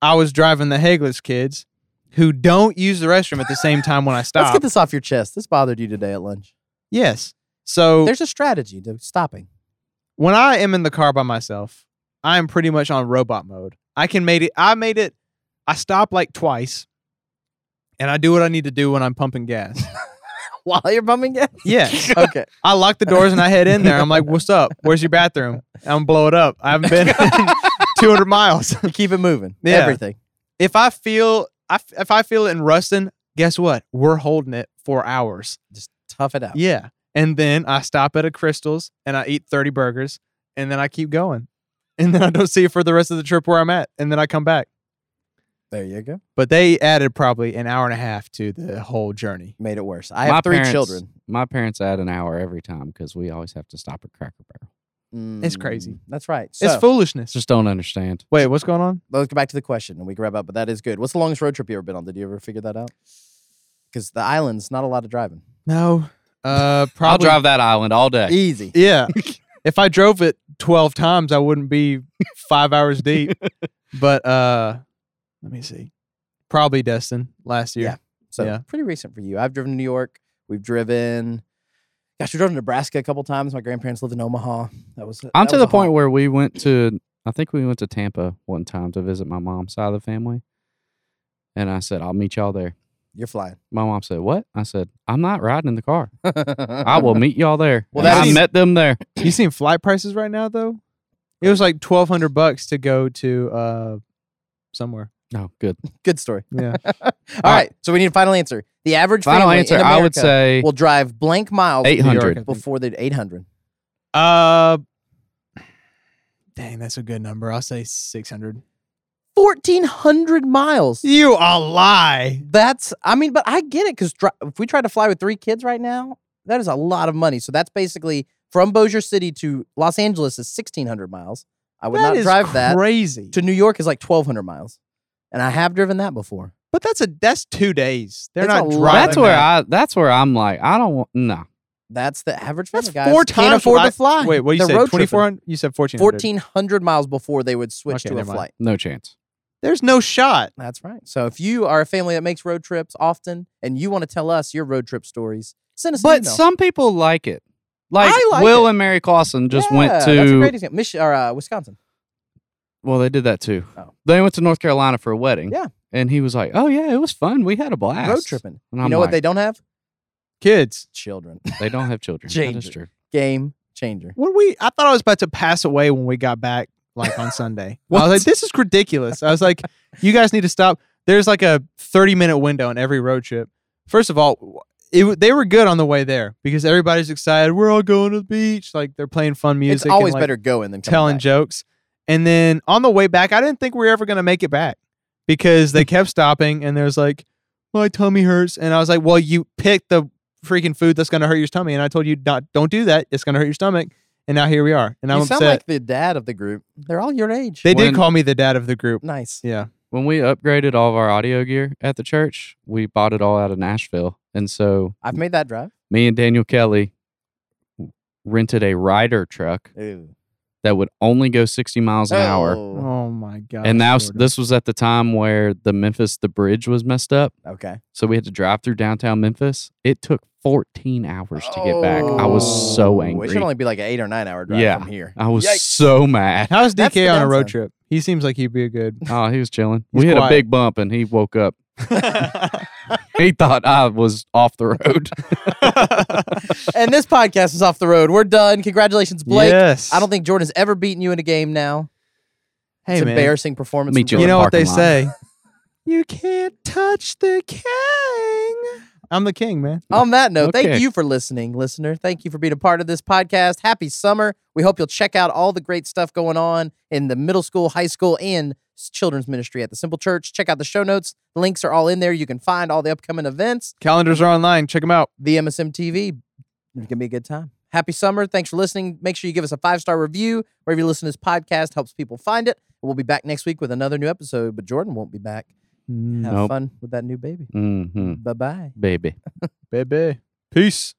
B: I was driving the Haglitz kids who don't use the restroom at the same time when I
A: Let's get
B: stop.
A: this off your chest. This bothered you today at lunch.
B: yes. So
C: Oh.
A: There's a strategy to stopping.
B: when I am in the car by myself, I am pretty much on robot mode. I can made it. I made it. I stop like twice, and I do what I need to do when I'm pumping gas.
A: While you're bumming gas.
B: yeah,
A: Okay.
B: I lock the doors and I head in there. I'm like, "What's up? Where's your bathroom?" I'm blow it up. I haven't been 200 miles.
A: Keep it moving.
B: Yeah.
A: Everything.
B: If I feel, I, if I feel it in Ruston, guess what? We're holding it for hours.
A: Just tough it out.
B: Yeah, and then I stop at a Crystals and I eat 30 burgers, and then I keep going, and then I don't see it for the rest of the trip where I'm at, and then I come back.
A: There you go.
B: But they added probably an hour and a half to the whole journey.
A: Made it worse. I have three
C: parents-
A: children.
C: My parents add an hour every time because we always have to stop at Cracker Barrel.
B: It's crazy.
A: Mm, That's right. So,
B: It's foolishness.
C: Just don't understand.
B: Wait, what's going on?
A: let's go back to the question and we can wrap up. But that is good. What's the longest road trip you ever been on? Did you ever figure that out? Because the island's not a lot of driving.
B: No. Uh, probably.
C: I'll drive that island all day.
A: Easy.
B: Yeah. if I drove it 12 times, I wouldn't be five hours deep. But uh, let me see. Probably Destin last year.
A: Yeah. So
B: Yeah.
A: pretty recent for you. I've driven to New York. We've driven. Gosh, we drove to Nebraska a couple times. My grandparents lived in Omaha. That was.
C: I'm
A: that
C: to
A: was a
C: the point
A: haul.
C: where we went to, I think we went to Tampa one time to visit my mom's side of the family. And I said, I'll meet y'all there.
A: you're flying.
C: My mom said, What? I said, I'm not riding in the car. I will meet y'all there.
A: Well,
C: Well,
A: that
C: I
B: is-
C: met them there.
B: You seen flight prices right now, though? It was like 1200 bucks to go to uh, somewhere.
C: Oh, good.
A: Good story.
B: Yeah.
A: All right. So we need a final answer. The average
C: Uh, Final
A: family in
C: answer I would
A: America
C: say
A: will drive blank miles
C: 800.
A: before the 800.
B: Uh, dang, that's a good number. I'll say 600.
A: 1400 miles.
B: You a lie.
A: That's, I mean, but I get it because if we try to fly with three kids right now, that is a lot of money. So that's basically from Bossier City to Los Angeles is 1600 miles. I would
B: That
A: not
B: is
A: drive that.
B: Crazy.
A: To New York is like 1200 miles. And I have driven that before.
B: but that's a that's two days. They're
A: It's a
B: not
A: lot.
B: driving.
C: that's where
B: that.
C: I that's where I'm like, I don't want no.
A: That's the average family,
B: That's
A: guys.
B: four
A: Can't
B: times
A: afford
B: what I-
A: to fly.
B: Wait, what you
A: They're
B: said?
A: road
B: Twenty
A: tripping.
B: four hundred? You said fourteen.
A: 1400 miles before they would switch
B: Okay,
A: to a
B: never mind.
A: flight.
C: No chance.
B: There's no shot.
A: That's right. So if you are a family that makes road trips often and you want to tell us your road trip stories, send us an
C: But
A: email.
C: some people like it. Like,
A: I like
C: Will
A: it.
C: and Mary Clausen just
A: Yeah,
C: went
A: that's a
C: to
A: great example. Mich- or, uh, Wisconsin.
C: Well, they did that too.
A: Oh.
C: They went to North Carolina for a wedding.
A: Yeah.
C: And he was like, Oh yeah, it was fun. We had a blast.
A: Road tripping.
C: And
A: You
C: I'm
A: know what
C: like,
A: they don't have?
B: Kids.
A: Children.
C: They don't have children. that
A: Change
C: is
A: it.
C: true.
A: Game changer.
B: What we I thought I was about to pass away when we got back like on Sunday. I
C: What?
B: was like, this is ridiculous. I was like, you guys need to stop. There's like a 30 minute window on every road trip. First of all, it, w- they were good on the way there because everybody's excited. We're all going to the beach. Like they're playing fun music.
A: it's
B: and,
A: always
B: like,
A: better going than coming
B: telling
A: back.
B: jokes. And then on the way back, I didn't think we were ever going to make it back because they kept stopping and there's like, my tummy hurts. And I was like, well, you picked the freaking food that's going to hurt your tummy. And I told you, not, don't do that. It's going to hurt your stomach. And now here we are. And I'm
A: you
B: upset.
A: sound like the dad of the group. They're all your age.
B: they
C: When-
B: did call me the dad of the group.
A: nice.
B: Yeah.
C: when we upgraded all of our audio gear at the church, we bought it all out of Nashville. And so
A: I've made that drive.
C: me and Daniel Kelly rented a rider truck that would only go 60 miles an hour.
A: Oh,
B: Oh my God.
C: And now
B: Jordan.
C: this was at the time where the Memphis the bridge was messed up,
A: Okay.
C: so we had to drive through downtown Memphis. It took 14 hours to get back. I was so
A: Oh, It should
C: angry.
A: only be like an eight or nine hour drive
C: Yeah.
A: from here.
C: I was
A: Yikes.
C: so mad.
B: How's
A: That's the
B: DK on a road
A: downside.
B: trip? He seems like he'd be a good.
C: Oh, he was chilling.
B: He's
C: we hit
B: quiet.
C: a big bump and he woke up. He thought I was off the road.
A: and this podcast is off the road. We're done. Congratulations, Blake.
B: yes.
A: I don't think Jordan's ever beaten you in a game now.
B: Hey,
A: it's
B: man.
A: embarrassing performance.
C: Meet
A: from
C: you in
B: You
A: Jordan.
B: know what they
C: parking lot.
B: say? you can't touch the king. I'm the king, man.
A: On that note,
C: Okay.
A: thank you for listening, listener. Thank you for being a part of this podcast. Happy summer. We hope you'll check out all the great stuff going on in the middle school, high school, and s- children's ministry at the Simple Church. Check out the show notes. The links are all in there. You can find all the upcoming events.
B: Calendars are online. Check them out.
A: the MSM TV. It's gonna be a good time. Happy summer. Thanks for listening. Make sure you give us a five star review wherever you listen to this podcast. Helps people find it. We'll be back next week with another new episode, but Jordan won't be back. Have
C: Nope.
A: fun with that new baby.
C: hmm
A: Bye bye.
C: Baby.
B: Baby. Peace.